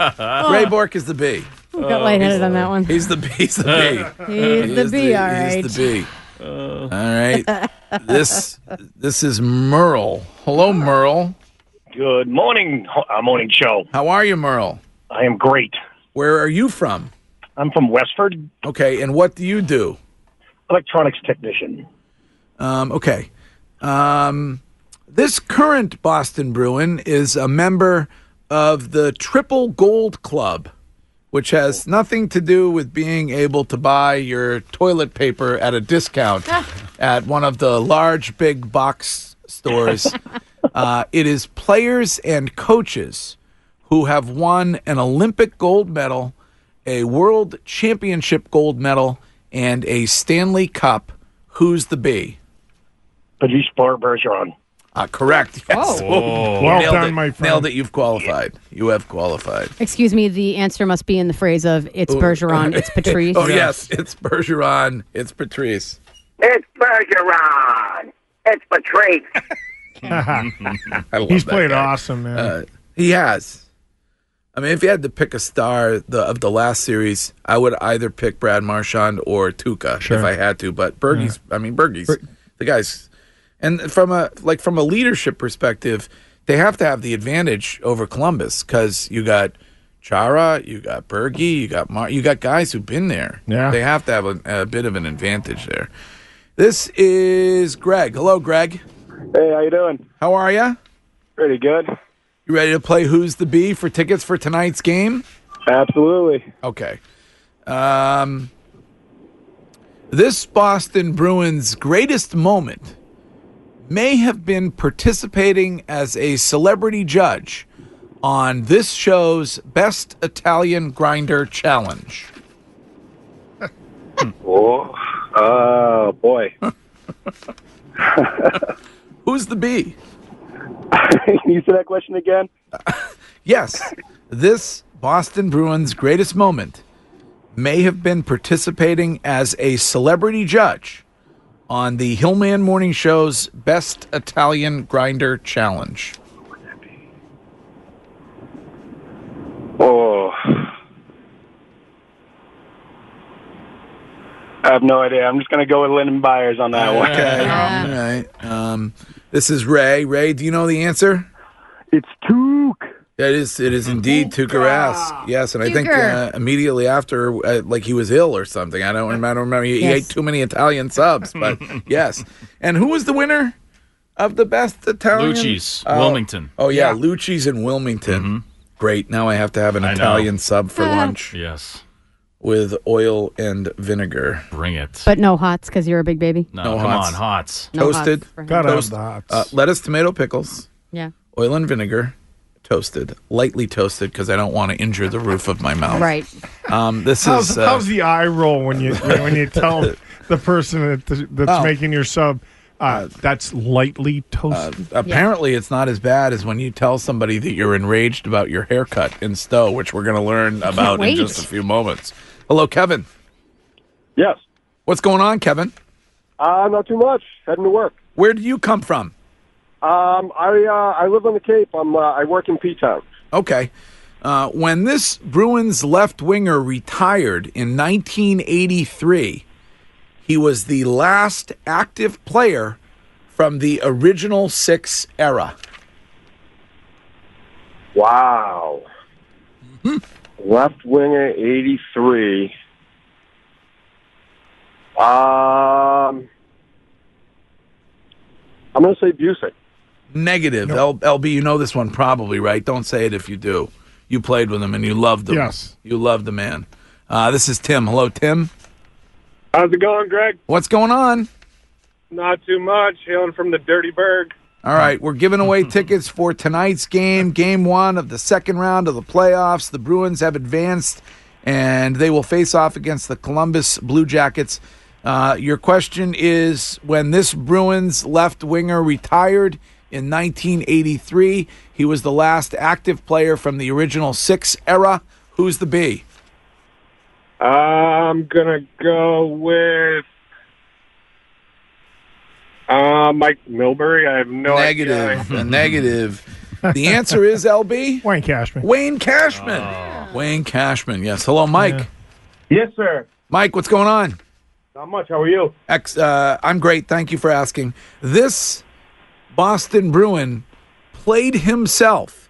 [SPEAKER 2] Ray Bork is the B.
[SPEAKER 3] got lightheaded on that one.
[SPEAKER 2] Oh, He's the B. He's the B.
[SPEAKER 3] He's the B, all
[SPEAKER 2] He's the B. all right. This this is Merle. Hello, Merle.
[SPEAKER 17] Good morning, ho- uh, morning show.
[SPEAKER 2] How are you, Merle?
[SPEAKER 17] I am great.
[SPEAKER 2] Where are you from?
[SPEAKER 17] I'm from Westford.
[SPEAKER 2] Okay, and what do you do?
[SPEAKER 17] Electronics technician.
[SPEAKER 2] Um, okay. Um, this current Boston Bruin is a member of the Triple Gold Club, which has nothing to do with being able to buy your toilet paper at a discount at one of the large big box stores. uh, it is players and coaches who have won an Olympic gold medal, a world championship gold medal, and a Stanley Cup. Who's the B?
[SPEAKER 17] Patrice Ber- Bergeron.
[SPEAKER 2] Ah, correct. (laughs) Yes.
[SPEAKER 17] Oh.
[SPEAKER 2] Whoa.
[SPEAKER 17] Well
[SPEAKER 2] Nailed
[SPEAKER 17] done,
[SPEAKER 2] it.
[SPEAKER 17] my friend.
[SPEAKER 2] Nailed it. You've qualified. You have qualified.
[SPEAKER 3] Excuse me, the answer must be in the phrase of it's
[SPEAKER 2] Ooh.
[SPEAKER 3] Bergeron, it's
[SPEAKER 2] (laughs)
[SPEAKER 3] Patrice.
[SPEAKER 2] oh, yes. It's Bergeron. It's Patrice.
[SPEAKER 18] It's Bergeron. It's Patrice.
[SPEAKER 2] I love
[SPEAKER 5] He's
[SPEAKER 2] that
[SPEAKER 5] played
[SPEAKER 2] guy.
[SPEAKER 5] awesome, man.
[SPEAKER 2] Uh, he has. I mean, if you had to pick a star the, of the last series, I would either pick Brad Marchand or Tuca if I had to. But Bergie's, I mean, Bergie's the guys, and from a like from a leadership perspective, they have to have the advantage over Columbus because you got Chara, you got Bergie, you got Mar, you got guys who've been there.
[SPEAKER 5] Yeah.
[SPEAKER 2] they have to have a, a bit of an advantage there. This is Greg. Hello, Greg.
[SPEAKER 19] Hey, how you doing?
[SPEAKER 2] How are you?
[SPEAKER 19] Pretty good.
[SPEAKER 2] You ready to play Who's the Bee for tickets for tonight's game?
[SPEAKER 19] Absolutely.
[SPEAKER 2] Okay. Um, this Boston Bruins' greatest moment may have been participating as a celebrity judge on this show's Best Italian Grinder Challenge.
[SPEAKER 19] Oh, uh,
[SPEAKER 2] (laughs)
[SPEAKER 19] boy. (laughs)
[SPEAKER 2] Who's the bee?
[SPEAKER 19] Can you say that question again?
[SPEAKER 2] Yes, this Boston Bruins' greatest moment may have been participating as a celebrity judge on the Hillman Morning Show's Best Italian Grinder Challenge.
[SPEAKER 19] Oh. I have no idea. I'm just going to go with Lyndon Byers on that one.
[SPEAKER 2] Okay. All right. Um, this is Ray. Ray, do you know the answer? (laughs) It's Took. It is. It is indeed Tukarask. Yes, and I think uh,
[SPEAKER 20] Tuukka.
[SPEAKER 2] immediately after, uh, like he was ill or something. I don't remember. I don't remember. He, he
[SPEAKER 20] Yes.
[SPEAKER 2] ate too many Italian subs, but yes. And who was the winner of the best Italian?
[SPEAKER 4] Lucci's,
[SPEAKER 2] Oh,
[SPEAKER 4] Wilmington.
[SPEAKER 2] Oh yeah, Lucci's in Wilmington. Great. Now I have to have an
[SPEAKER 4] I know.
[SPEAKER 2] Italian sub for lunch
[SPEAKER 4] Yes.
[SPEAKER 2] with oil and vinegar.
[SPEAKER 4] Bring it.
[SPEAKER 3] But no hots because you're a big baby.
[SPEAKER 4] No, come on, hots.
[SPEAKER 3] No hots
[SPEAKER 2] toasted.
[SPEAKER 3] for him. Gotta have the
[SPEAKER 2] hots. Uh, lettuce, tomato, pickles,
[SPEAKER 3] Yeah.
[SPEAKER 2] oil and vinegar, toasted, lightly toasted because I don't want to injure the roof of my mouth.
[SPEAKER 3] Right.
[SPEAKER 2] Um, this
[SPEAKER 5] how's,
[SPEAKER 2] is. Uh,
[SPEAKER 5] how's the eye roll when
[SPEAKER 2] (laughs)
[SPEAKER 5] you when you tell the person that, that's
[SPEAKER 2] Oh.
[SPEAKER 5] making your sub uh, that's lightly
[SPEAKER 2] uh,
[SPEAKER 5] toasted?
[SPEAKER 2] apparently, it's not as bad as when you tell somebody that you're enraged about your haircut in Stowe, which we're going to learn about in
[SPEAKER 19] wait.
[SPEAKER 2] just a few moments. Hello, Kevin.
[SPEAKER 19] Yes.
[SPEAKER 2] What's going on, Kevin?
[SPEAKER 19] Uh, not too much. Heading to work.
[SPEAKER 2] Where do you come from?
[SPEAKER 19] Um, I uh, I live on the Cape. I'm uh, I work in P Town.
[SPEAKER 2] Okay. Uh, when this Bruins left winger retired in 1983, he was the last active player from the original six era.
[SPEAKER 21] (laughs)
[SPEAKER 19] Wow. Left winger, 83. Um, I'm going to say Busick.
[SPEAKER 2] Negative. L- LB, you know this one probably, right? Don't say it if you do. You played with him and you loved him.
[SPEAKER 19] Yes.
[SPEAKER 2] You loved the man. Uh, this is Tim. Hello, Tim.
[SPEAKER 21] How's it going, Greg?
[SPEAKER 2] What's going on?
[SPEAKER 21] Not too much. Hailing from the Dirty Berg.
[SPEAKER 2] All right, we're giving away tickets for tonight's game, game one of the second round of the playoffs. The Bruins have advanced, and they will face off against the Columbus Blue Jackets. Uh, your question is when this Bruins left winger retired in 1983, he was the last active player from the original six era. Who's the B?
[SPEAKER 21] I'm gonna go with uh, Mike Milbury. I have no
[SPEAKER 2] Negative. idea. Negative. The answer is LB?
[SPEAKER 5] Wayne Cashman.
[SPEAKER 2] Wayne Cashman. Wayne Cashman. Yes. Hello, Mike.
[SPEAKER 21] Yes, sir.
[SPEAKER 2] Mike, what's going on?
[SPEAKER 21] Not much. How are you?
[SPEAKER 2] Ex- uh, I'm great. Thank you for asking. This Boston Bruin played himself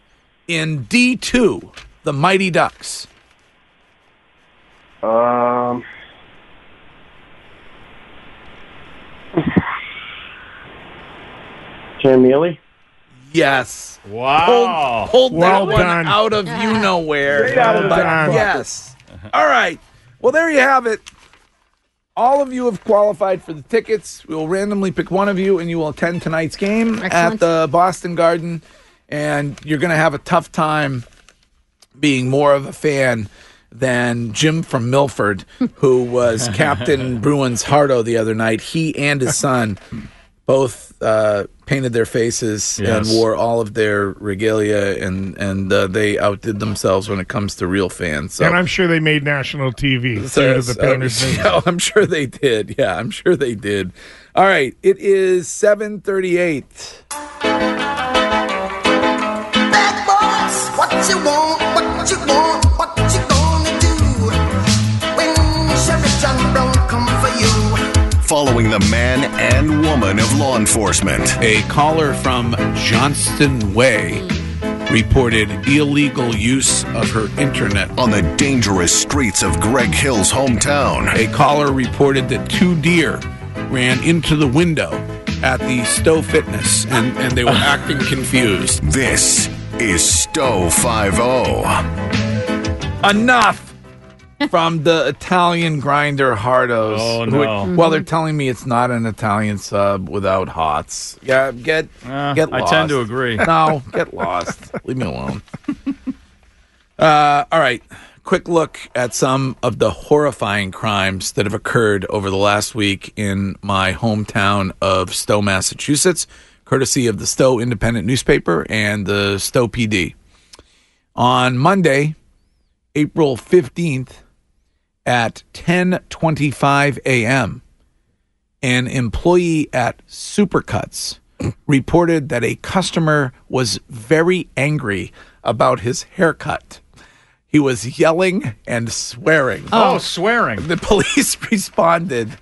[SPEAKER 2] in D2, the Mighty Ducks.
[SPEAKER 19] Um, Cam Neely?
[SPEAKER 2] Yes.
[SPEAKER 19] Wow.
[SPEAKER 2] Pulled, pulled
[SPEAKER 19] Well
[SPEAKER 2] that
[SPEAKER 19] done.
[SPEAKER 2] one out of you know where.
[SPEAKER 19] Straight out of the
[SPEAKER 2] But
[SPEAKER 19] back pocket.
[SPEAKER 2] Yes. All right. Well, there you have it. All of you have qualified for the tickets. We will randomly pick one of you, and you will attend tonight's game at
[SPEAKER 22] Excellent.
[SPEAKER 2] the Boston Garden. And you're going to have a tough time being more of a fan than Jim from Milford, who was Captain Bruins Hardo the other night. He and his son both uh, painted their faces and
[SPEAKER 4] Yes.
[SPEAKER 2] wore all of their regalia, and and uh, they outdid themselves when it comes to real fans. So.
[SPEAKER 5] and I'm sure they made national TV
[SPEAKER 2] So
[SPEAKER 5] due to
[SPEAKER 2] it's-
[SPEAKER 5] the
[SPEAKER 2] (laughs)
[SPEAKER 5] Painters.
[SPEAKER 2] oh, yeah, I'm sure they did. Yeah, I'm sure they did. All right, it is 7:38.
[SPEAKER 18] Bad boys, what you want, what you want, what you gonna do when Sheriff John Brown come for you?
[SPEAKER 6] Following the man and woman of law enforcement.
[SPEAKER 23] A caller from Johnston Way reported illegal use of her internet.
[SPEAKER 6] On the dangerous streets of Greg Hill's hometown.
[SPEAKER 23] A caller reported that two deer ran into the window at the Stowe Fitness and, and they were acting confused.
[SPEAKER 6] This is Stowe oh. 50.
[SPEAKER 2] Enough from the Italian grinder Hardos.
[SPEAKER 4] Oh,
[SPEAKER 2] who-
[SPEAKER 4] no.
[SPEAKER 2] Well, they're telling me it's not an Italian sub without hots. Yeah, get get
[SPEAKER 4] Ah, I
[SPEAKER 2] lost.
[SPEAKER 4] tend to agree.
[SPEAKER 2] (laughs) No, get lost. Leave me
[SPEAKER 4] (laughs)
[SPEAKER 2] alone. Uh, all right. Quick look at some of the horrifying crimes that have occurred over the last week in my hometown of Stowe, Massachusetts, courtesy of the Stowe Independent newspaper and the Stowe PD. On Monday, April 15th at 10:25 a.m an employee at Supercuts reported that a customer was very angry about his haircut. He was yelling and swearing.
[SPEAKER 4] Oh, swearing.
[SPEAKER 2] The (laughs) police responded,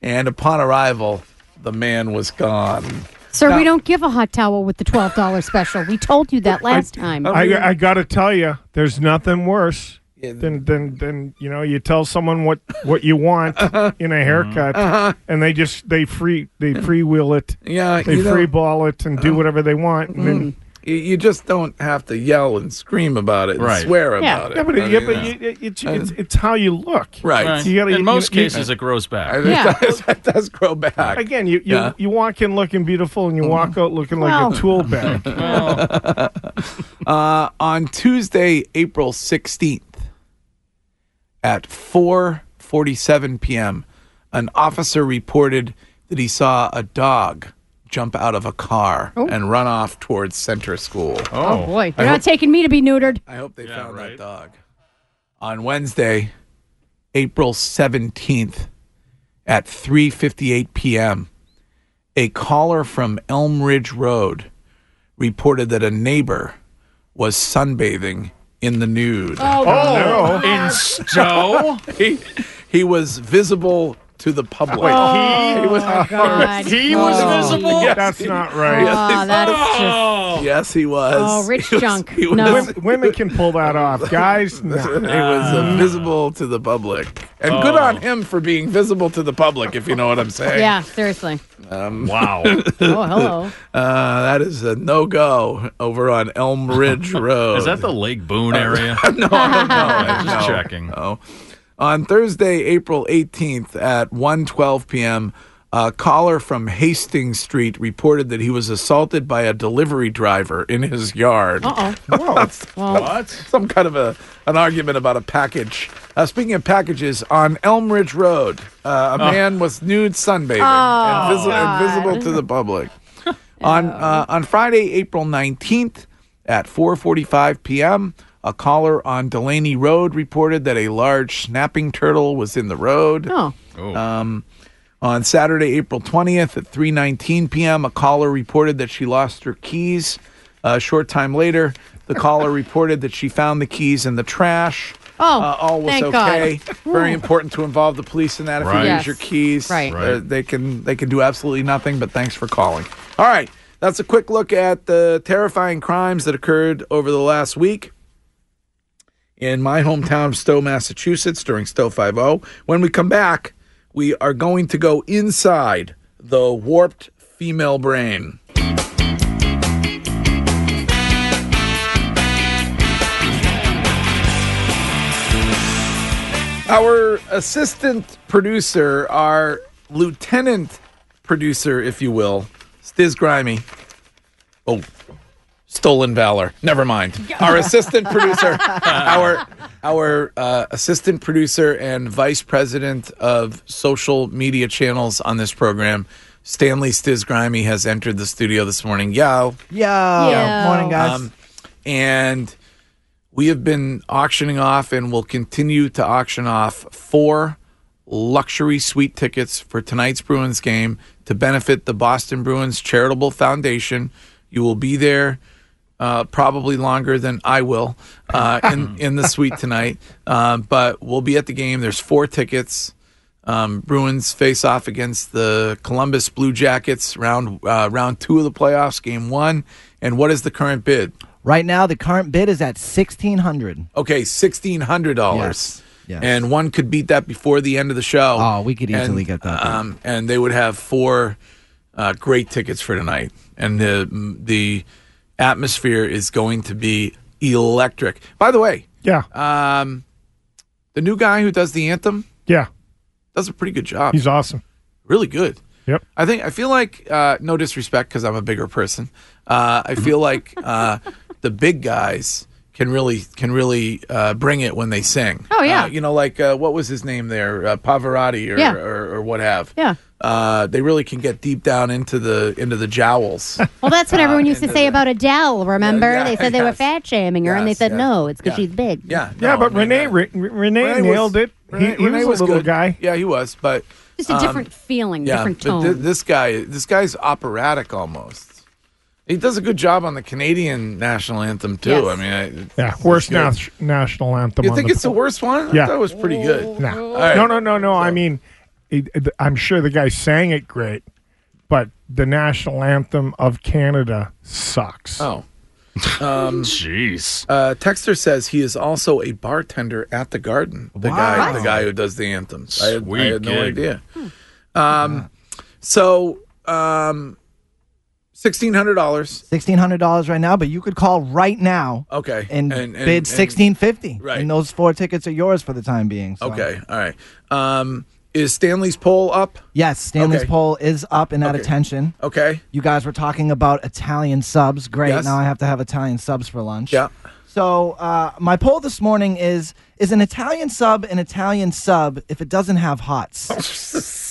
[SPEAKER 2] and upon arrival, the man was gone.
[SPEAKER 3] Sir,
[SPEAKER 2] Now-
[SPEAKER 3] we don't give a hot towel with the twelve dollar special. We told you that last time.
[SPEAKER 5] I, I got to tell you, there's nothing worse than, than than you know. You tell someone what what
[SPEAKER 2] (laughs)
[SPEAKER 5] you want in a haircut,
[SPEAKER 2] Uh-huh.
[SPEAKER 5] and they just they free they freewheel it.
[SPEAKER 2] Yeah,
[SPEAKER 5] they
[SPEAKER 2] you know- Uh-huh. Mm-hmm.
[SPEAKER 5] free ball it and do whatever they want. And then,
[SPEAKER 2] You- You just don't have to yell and scream about it and
[SPEAKER 4] Right.
[SPEAKER 2] swear
[SPEAKER 4] Yeah.
[SPEAKER 2] about it.
[SPEAKER 5] yeah, but,
[SPEAKER 2] I
[SPEAKER 5] yeah,
[SPEAKER 2] mean,
[SPEAKER 5] but
[SPEAKER 2] uh,
[SPEAKER 5] you- it's, it's it's how you look,
[SPEAKER 2] Right.
[SPEAKER 5] You gotta-
[SPEAKER 4] in
[SPEAKER 5] you-
[SPEAKER 4] most
[SPEAKER 5] you-
[SPEAKER 4] cases, it grows
[SPEAKER 2] (laughs)
[SPEAKER 4] back.
[SPEAKER 2] I- (laughs) it, does, it does grow back.
[SPEAKER 5] Again, you you,
[SPEAKER 2] Yeah.
[SPEAKER 5] you walk in looking beautiful, and you walk out looking
[SPEAKER 2] Well.
[SPEAKER 5] like a tool bag.
[SPEAKER 2] Uh, on Tuesday, April 16th at 4:47 p.m., an officer reported that he saw a dog jump out of a car and run off towards Center School.
[SPEAKER 3] oh boy,
[SPEAKER 2] I
[SPEAKER 3] you're not
[SPEAKER 2] hope-
[SPEAKER 3] taking me to be neutered.
[SPEAKER 2] I hope they found that dog. on Wednesday, April 17th at 3:58 p.m. A caller from Elm Ridge Road reported that a neighbor was sunbathing in the nude.
[SPEAKER 4] Oh, Oh, no. in
[SPEAKER 2] Stowe?
[SPEAKER 4] (laughs) Stowe?
[SPEAKER 2] he, he was visible to the public.
[SPEAKER 4] Wait, he- Oh,
[SPEAKER 2] was,
[SPEAKER 4] my God. He was
[SPEAKER 3] Oh.
[SPEAKER 4] visible? That's
[SPEAKER 5] Oh, not right.
[SPEAKER 2] Yes,
[SPEAKER 5] Oh,
[SPEAKER 2] he
[SPEAKER 5] that's
[SPEAKER 2] was.
[SPEAKER 5] just-
[SPEAKER 2] Yes, he was.
[SPEAKER 5] Oh,
[SPEAKER 2] (laughs)
[SPEAKER 5] rich
[SPEAKER 2] He was-
[SPEAKER 5] junk.
[SPEAKER 2] he
[SPEAKER 5] No.
[SPEAKER 2] was-
[SPEAKER 5] Wom- women can pull that off. Guys, no.
[SPEAKER 2] it was uh, visible to the public, and good
[SPEAKER 4] Oh.
[SPEAKER 2] on him for being visible to the public. If you know what I'm saying.
[SPEAKER 3] Yeah, seriously.
[SPEAKER 2] (laughs) Um,
[SPEAKER 4] wow.
[SPEAKER 2] oh,
[SPEAKER 3] hello.
[SPEAKER 2] Uh, that is a no go over on Elm
[SPEAKER 4] (laughs)
[SPEAKER 2] Ridge Road. (laughs)
[SPEAKER 4] Is that the Lake Boone area?
[SPEAKER 2] no, no, Uh, no,
[SPEAKER 4] (laughs)
[SPEAKER 2] Uh,
[SPEAKER 4] Just
[SPEAKER 2] no,
[SPEAKER 4] checking.
[SPEAKER 2] no. On Thursday, April 18th at 1:12 p.m., a caller from Hastings Street reported that he was assaulted by a delivery driver in his yard.
[SPEAKER 3] Uh
[SPEAKER 2] oh. what? (laughs) Some kind of a an argument about a package. Uh, speaking of packages, on Elm Ridge Road, uh, a
[SPEAKER 4] Oh.
[SPEAKER 2] man was nude sunbathing
[SPEAKER 4] Oh,
[SPEAKER 2] and, visi- and
[SPEAKER 4] God.
[SPEAKER 2] visible to the
[SPEAKER 4] (laughs)
[SPEAKER 2] public. on uh, on Friday, April 19th at 4:45 p.m., a caller on Delaney Road reported that a large snapping turtle was in the road.
[SPEAKER 3] Oh.
[SPEAKER 2] Um, on Saturday, April 20th at 3:19 p.m., a caller reported that she lost her keys. a short time later, the caller reported that she found the keys in the trash.
[SPEAKER 3] Oh,
[SPEAKER 2] Uh, all was
[SPEAKER 3] thank (laughs)
[SPEAKER 2] okay.
[SPEAKER 3] God.
[SPEAKER 2] Very
[SPEAKER 3] Ooh.
[SPEAKER 2] important to involve the police in that. If
[SPEAKER 4] Right.
[SPEAKER 2] you lose
[SPEAKER 4] Yes.
[SPEAKER 2] your keys,
[SPEAKER 3] Right.
[SPEAKER 2] uh,
[SPEAKER 4] Right.
[SPEAKER 2] they can they can do absolutely nothing. But thanks for calling. All right, that's a quick look at the terrifying crimes that occurred over the last week in my hometown of Stowe, Massachusetts during Stowe 50. When we come back, we are going to go inside the warped female brain. Our assistant producer, our lieutenant producer, if you will, Stiz Grimy. Oh, stolen valor. Never mind. Our assistant producer, our our uh, assistant producer and vice president of social media channels on this program, Stanley Stizgrimy has entered the studio this morning. Yo. Oh,
[SPEAKER 1] Yo. Yo. Morning, guys.
[SPEAKER 2] and we have been auctioning off and will continue to auction off four luxury suite tickets for tonight's Bruins game to benefit the Boston Bruins Charitable Foundation. You will be there uh, probably longer than I will uh, in in the suite tonight. Um, but we'll be at the game. There's four tickets. Um, Bruins face off against the Columbus Blue Jackets round uh, round two of the playoffs, game one. And what is the current bid?
[SPEAKER 1] Right now, the current bid is at sixteen hundred.
[SPEAKER 2] Okay, sixteen hundred dollars. And one could beat that before the end of the show.
[SPEAKER 1] Oh, we could easily
[SPEAKER 2] and,
[SPEAKER 1] get that.
[SPEAKER 2] Um, and they would have four uh, great tickets for tonight, and the the atmosphere is going to be electric. By the way,
[SPEAKER 5] yeah,
[SPEAKER 2] um, the new guy who does the anthem,
[SPEAKER 5] Yeah.
[SPEAKER 2] does a pretty good job.
[SPEAKER 5] He's awesome.
[SPEAKER 2] really good.
[SPEAKER 5] Yep.
[SPEAKER 2] I think I feel like uh, no disrespect because I'm a bigger person. Uh, I feel like uh, the big guys can really can really uh, bring it when they sing.
[SPEAKER 3] Oh, yeah.
[SPEAKER 2] Uh, you know, like uh, what was his name there, uh, Pavarotti or,
[SPEAKER 3] Yeah.
[SPEAKER 2] or or what have.
[SPEAKER 3] Yeah.
[SPEAKER 2] Uh, they really can get deep down into the into the
[SPEAKER 3] (laughs)
[SPEAKER 2] jowls.
[SPEAKER 3] Well, that's what everyone used to say about Adele. Remember,
[SPEAKER 2] yeah,
[SPEAKER 3] they said they were
[SPEAKER 2] yes.
[SPEAKER 3] fat shaming her, and they said
[SPEAKER 2] yes.
[SPEAKER 3] no, it's because
[SPEAKER 2] Yeah.
[SPEAKER 3] she's big.
[SPEAKER 2] yeah.
[SPEAKER 5] Yeah, but Renee, Re- Renee,
[SPEAKER 2] Renee was-
[SPEAKER 5] nailed it. He-
[SPEAKER 2] Renee-
[SPEAKER 5] he,
[SPEAKER 2] Renee
[SPEAKER 5] was,
[SPEAKER 2] was
[SPEAKER 5] a little
[SPEAKER 2] good.
[SPEAKER 5] guy.
[SPEAKER 2] Yeah, he was, but
[SPEAKER 3] Just a
[SPEAKER 2] um,
[SPEAKER 3] different feeling, different
[SPEAKER 2] but
[SPEAKER 3] tone.
[SPEAKER 2] thi- this guy, this guy's operatic almost. He does a good job on the Canadian national anthem too.
[SPEAKER 5] Yes.
[SPEAKER 2] I mean, I,
[SPEAKER 5] Yeah, worst
[SPEAKER 2] good.
[SPEAKER 5] nas- national anthem.
[SPEAKER 2] you
[SPEAKER 5] on
[SPEAKER 2] think
[SPEAKER 5] the
[SPEAKER 2] it's the worst one?
[SPEAKER 5] Yeah.
[SPEAKER 2] I thought it was pretty good.
[SPEAKER 5] Nah.
[SPEAKER 2] All right.
[SPEAKER 5] No, no, no, no. I mean, it, it- I'm sure the guy sang it great, but the national anthem of Canada sucks.
[SPEAKER 2] Oh. Um, Jeez. Uh, Texter says he is also a bartender at the Garden. The guy,
[SPEAKER 4] Wow.
[SPEAKER 2] the guy who does the anthems. I had, I
[SPEAKER 4] Sweet
[SPEAKER 2] had no
[SPEAKER 4] gig.
[SPEAKER 2] idea. Um, so um, sixteen hundred dollars.
[SPEAKER 1] Sixteen hundred dollars right now, but you could call right now.
[SPEAKER 2] Okay.
[SPEAKER 1] And,
[SPEAKER 2] And- and-
[SPEAKER 1] bid
[SPEAKER 2] and-
[SPEAKER 1] sixteen fifty.
[SPEAKER 2] Right.
[SPEAKER 1] And those four tickets are yours for the time being. So.
[SPEAKER 2] Okay. All right. Um, is Stanley's poll up?
[SPEAKER 1] Yes, Stanley's
[SPEAKER 2] Okay.
[SPEAKER 1] poll is up and at
[SPEAKER 2] Okay.
[SPEAKER 1] attention.
[SPEAKER 2] Okay.
[SPEAKER 1] You guys were talking about Italian subs. Great.
[SPEAKER 2] Yes.
[SPEAKER 1] Now I have to have Italian subs for lunch.
[SPEAKER 2] Yeah.
[SPEAKER 1] So uh, my poll this morning is: Is an Italian sub an Italian sub if it doesn't have hots?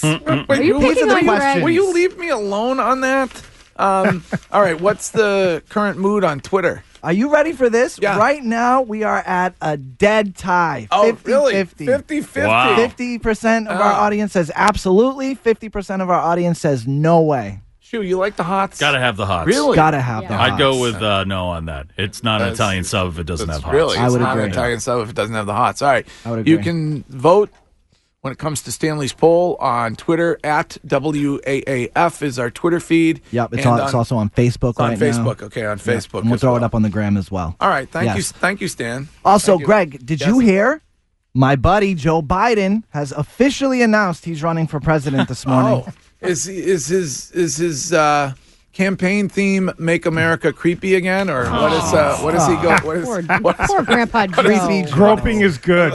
[SPEAKER 2] Wait,
[SPEAKER 1] you
[SPEAKER 2] will-
[SPEAKER 1] picking
[SPEAKER 2] will
[SPEAKER 1] on
[SPEAKER 2] you-
[SPEAKER 1] your eggs?
[SPEAKER 2] Will you leave me alone on that?
[SPEAKER 1] (laughs)
[SPEAKER 2] Um, all right. What's the current mood on Twitter?
[SPEAKER 1] Are you ready for this? Right now, we are at a dead tie. 50,
[SPEAKER 2] Oh, really?
[SPEAKER 1] 50.
[SPEAKER 2] 50-50. Wow.
[SPEAKER 1] 50% of our
[SPEAKER 2] Ah.
[SPEAKER 1] audience says absolutely. 50% of our audience says no way.
[SPEAKER 2] Shoo, you like the hots?
[SPEAKER 4] Gotta have the hots.
[SPEAKER 2] Really?
[SPEAKER 1] Gotta have the
[SPEAKER 4] I'd go
[SPEAKER 1] hots.
[SPEAKER 4] with uh, no on that. It's not an
[SPEAKER 2] That's-
[SPEAKER 4] Italian sub if it doesn't have hots.
[SPEAKER 2] Really,
[SPEAKER 4] I
[SPEAKER 2] it's
[SPEAKER 4] would
[SPEAKER 2] not
[SPEAKER 4] agree.
[SPEAKER 2] an Italian sub if it doesn't have the hots. All right, I
[SPEAKER 4] would
[SPEAKER 2] you
[SPEAKER 4] agree.
[SPEAKER 2] can vote when it comes to Stanley's poll on Twitter at WAAF is our Twitter feed.
[SPEAKER 1] Yep. It's,
[SPEAKER 2] and
[SPEAKER 1] al- it's also on Facebook
[SPEAKER 2] on
[SPEAKER 1] right now.
[SPEAKER 2] Facebook. Okay, on
[SPEAKER 1] Yeah,
[SPEAKER 2] Facebook.
[SPEAKER 1] and we'll
[SPEAKER 2] as
[SPEAKER 1] throw
[SPEAKER 2] well.
[SPEAKER 1] it up on the gram as well.
[SPEAKER 2] All right, thank you,
[SPEAKER 1] Yes.
[SPEAKER 2] thank you, Stan.
[SPEAKER 1] Also,
[SPEAKER 2] Thank you.
[SPEAKER 1] Greg, did you hear? My buddy Joe Biden has officially announced he's running for
[SPEAKER 2] (laughs)
[SPEAKER 1] president this morning.
[SPEAKER 2] Oh, is is his is his uh, campaign theme "Make America Creepy Again" or what is uh, what is he go? What is,
[SPEAKER 3] poor,
[SPEAKER 2] (laughs) what is-
[SPEAKER 3] poor Grandpa Joe.
[SPEAKER 5] Groping is good.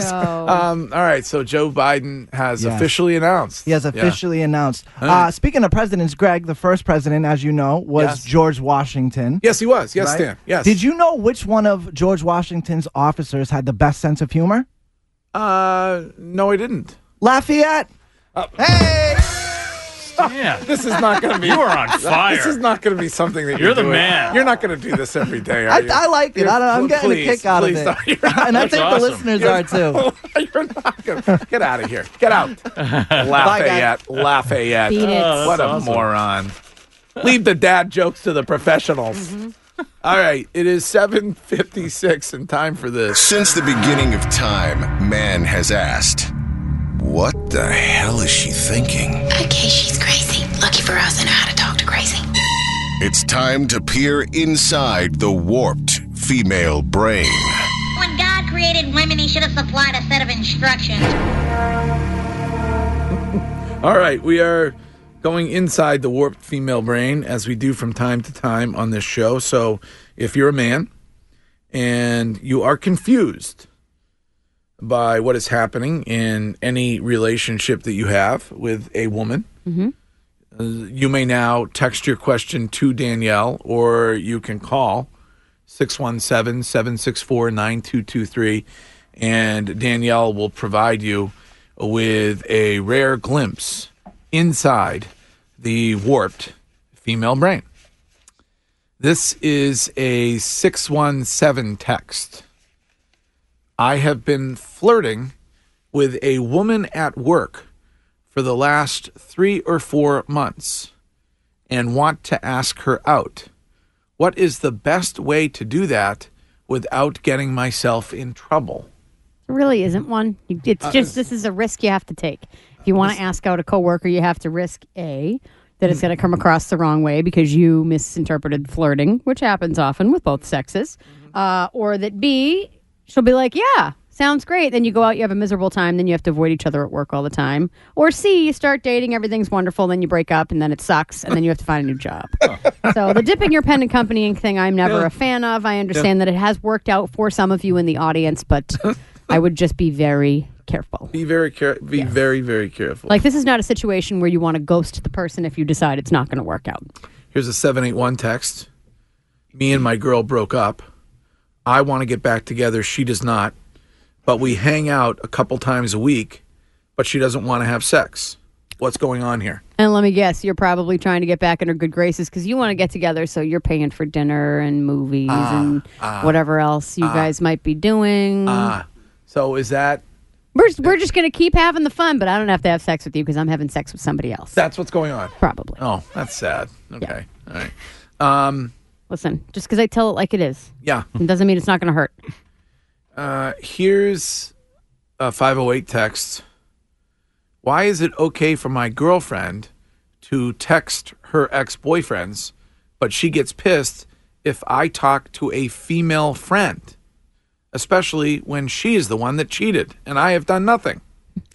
[SPEAKER 2] um, all right, so Joe Biden has
[SPEAKER 1] Yes.
[SPEAKER 2] officially announced.
[SPEAKER 1] He has
[SPEAKER 2] Yeah.
[SPEAKER 1] officially announced.
[SPEAKER 2] Huh.
[SPEAKER 1] Uh, speaking of presidents, Greg, the first president, as you know, was
[SPEAKER 2] Yes.
[SPEAKER 1] George Washington.
[SPEAKER 2] Yes, he was. Yes,
[SPEAKER 1] right?
[SPEAKER 2] Stan. Yes.
[SPEAKER 1] Did you know which one of George Washington's officers had the best sense of humor?
[SPEAKER 2] Uh, no, I didn't.
[SPEAKER 1] Lafayette. hey.
[SPEAKER 4] Yeah.
[SPEAKER 2] (laughs) This is not
[SPEAKER 4] (laughs)
[SPEAKER 2] going to be.
[SPEAKER 4] You are on
[SPEAKER 2] This
[SPEAKER 4] fire.
[SPEAKER 2] is not going to be something that you're,
[SPEAKER 4] You're the
[SPEAKER 2] doing.
[SPEAKER 4] man.
[SPEAKER 2] You're not going to do this every day. Are
[SPEAKER 1] I,
[SPEAKER 2] you?
[SPEAKER 1] I like it. I don't, I'm getting a kick out of
[SPEAKER 2] (laughs)
[SPEAKER 1] it. and I think the listeners are too. (laughs)
[SPEAKER 2] Get out of here. Get out. Lafayette. Lafayette.
[SPEAKER 1] Beat it. Oh,
[SPEAKER 2] what
[SPEAKER 1] that's
[SPEAKER 2] a
[SPEAKER 1] awesome.
[SPEAKER 2] moron. Leave the dad jokes to the professionals.
[SPEAKER 1] Mm-hmm.
[SPEAKER 2] All right. It is 7.56 and time for this.
[SPEAKER 6] Since the beginning of time, man has asked, What the hell is she thinking?
[SPEAKER 20] Okay, she's crazy. Lucky for us, I know how to talk to crazy.
[SPEAKER 6] It's time to peer inside the warped female brain.
[SPEAKER 20] When God created women, he should have supplied a set of instructions.
[SPEAKER 2] All right, we are going inside the warped female brain as we do from time to time on this show. So, if you're a man and you are confused by what is happening in any relationship that you have with a woman, uh, you may now text your question to Danielle or you can call 617 764 9223 and Danielle will provide you with a rare glimpse inside the warped female brain. This is a 617 text. I have been flirting with a woman at work for the last three or four months and want to ask her out. What is the best way to do that without getting myself in trouble?
[SPEAKER 3] There really isn't one. You- It's
[SPEAKER 2] Uh,
[SPEAKER 3] just this is a risk you have to take. If you want to ask out a coworker, you have to risk a that it's going to come across the wrong way because you misinterpreted flirting, which happens often with both sexes, uh, or that b she'll be like, "Yeah, sounds great." Then you go out, you have a miserable time, then you have to avoid each other at work all the time, or c you start dating, everything's wonderful, then you break up, and then it sucks, and then you have to find a new job. so the dipping your pen and company ink thing, I'm never
[SPEAKER 7] Yeah.
[SPEAKER 3] a fan of. I understand that it has worked out for some of you in the audience, but I would just be very careful.
[SPEAKER 2] Be very care- be very very careful.
[SPEAKER 3] Like this is not a situation where you want to ghost the person if you decide it's not going to work out.
[SPEAKER 2] Here's a 781 text. Me and my girl broke up. I want to get back together. She does not. But we hang out a couple times a week, but she doesn't want to have sex. What's going on here?
[SPEAKER 3] And let me guess, you're probably trying to get back in her good graces because you want to get together, so you're paying for dinner and movies
[SPEAKER 2] Ah,
[SPEAKER 3] and
[SPEAKER 2] ah,
[SPEAKER 3] whatever else you
[SPEAKER 2] ah.
[SPEAKER 3] guys might be doing.
[SPEAKER 2] Ah, so is that
[SPEAKER 3] we're we're just going to keep having the fun, but I don't have to have sex with you because I'm having sex with somebody else.
[SPEAKER 2] that's what's going on?
[SPEAKER 3] Probably.
[SPEAKER 2] Oh, that's sad. Okay. All right. Um
[SPEAKER 3] Listen, just because I tell it like it is,
[SPEAKER 2] yeah.
[SPEAKER 3] it doesn't mean it's not going to hurt.
[SPEAKER 2] Uh, here's a 508 text. Why is it okay for my girlfriend to text her ex boyfriends, but she gets pissed if I talk to a female friend, especially when she is the one that cheated and I have done nothing?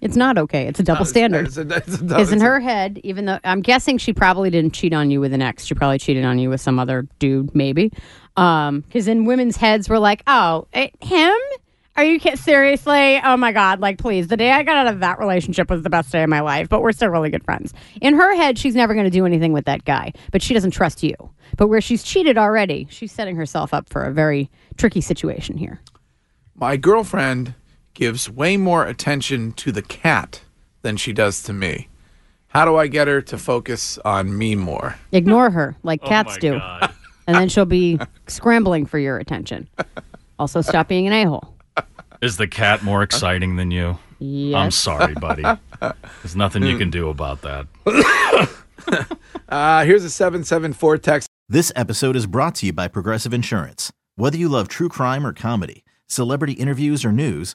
[SPEAKER 3] It's not okay. It's a double standard.
[SPEAKER 2] It's a- it's a-
[SPEAKER 3] is in
[SPEAKER 2] it's a-
[SPEAKER 3] her head, even though I'm guessing she probably didn't cheat on you with an ex. She probably cheated on you with some other dude, maybe. Because in women's heads, we're like, oh, it, him? Are you kid- seriously? Oh my God, like, please. The day I got out of that relationship was the best day of my life, but we're still really good friends. In her head, she's never going to do anything with that guy, but she doesn't trust you. But where she's cheated already, she's setting herself up for a very tricky situation here.
[SPEAKER 2] My girlfriend gives way more attention to the cat than she does to me. How do I get her to focus on me more?
[SPEAKER 3] Ignore her like
[SPEAKER 2] Oh
[SPEAKER 3] cats
[SPEAKER 2] my
[SPEAKER 3] do. And then she'll be scrambling for your attention. Also, stop being an a hole.
[SPEAKER 4] Is the cat more exciting than you? I'm
[SPEAKER 3] Yes.
[SPEAKER 4] sorry,
[SPEAKER 2] (laughs)
[SPEAKER 4] buddy. There's nothing you can do about that.
[SPEAKER 2] (laughs) Uh, here's a 774 text.
[SPEAKER 8] This episode is brought to you by Progressive Insurance. Whether you love true crime or comedy, celebrity interviews or news,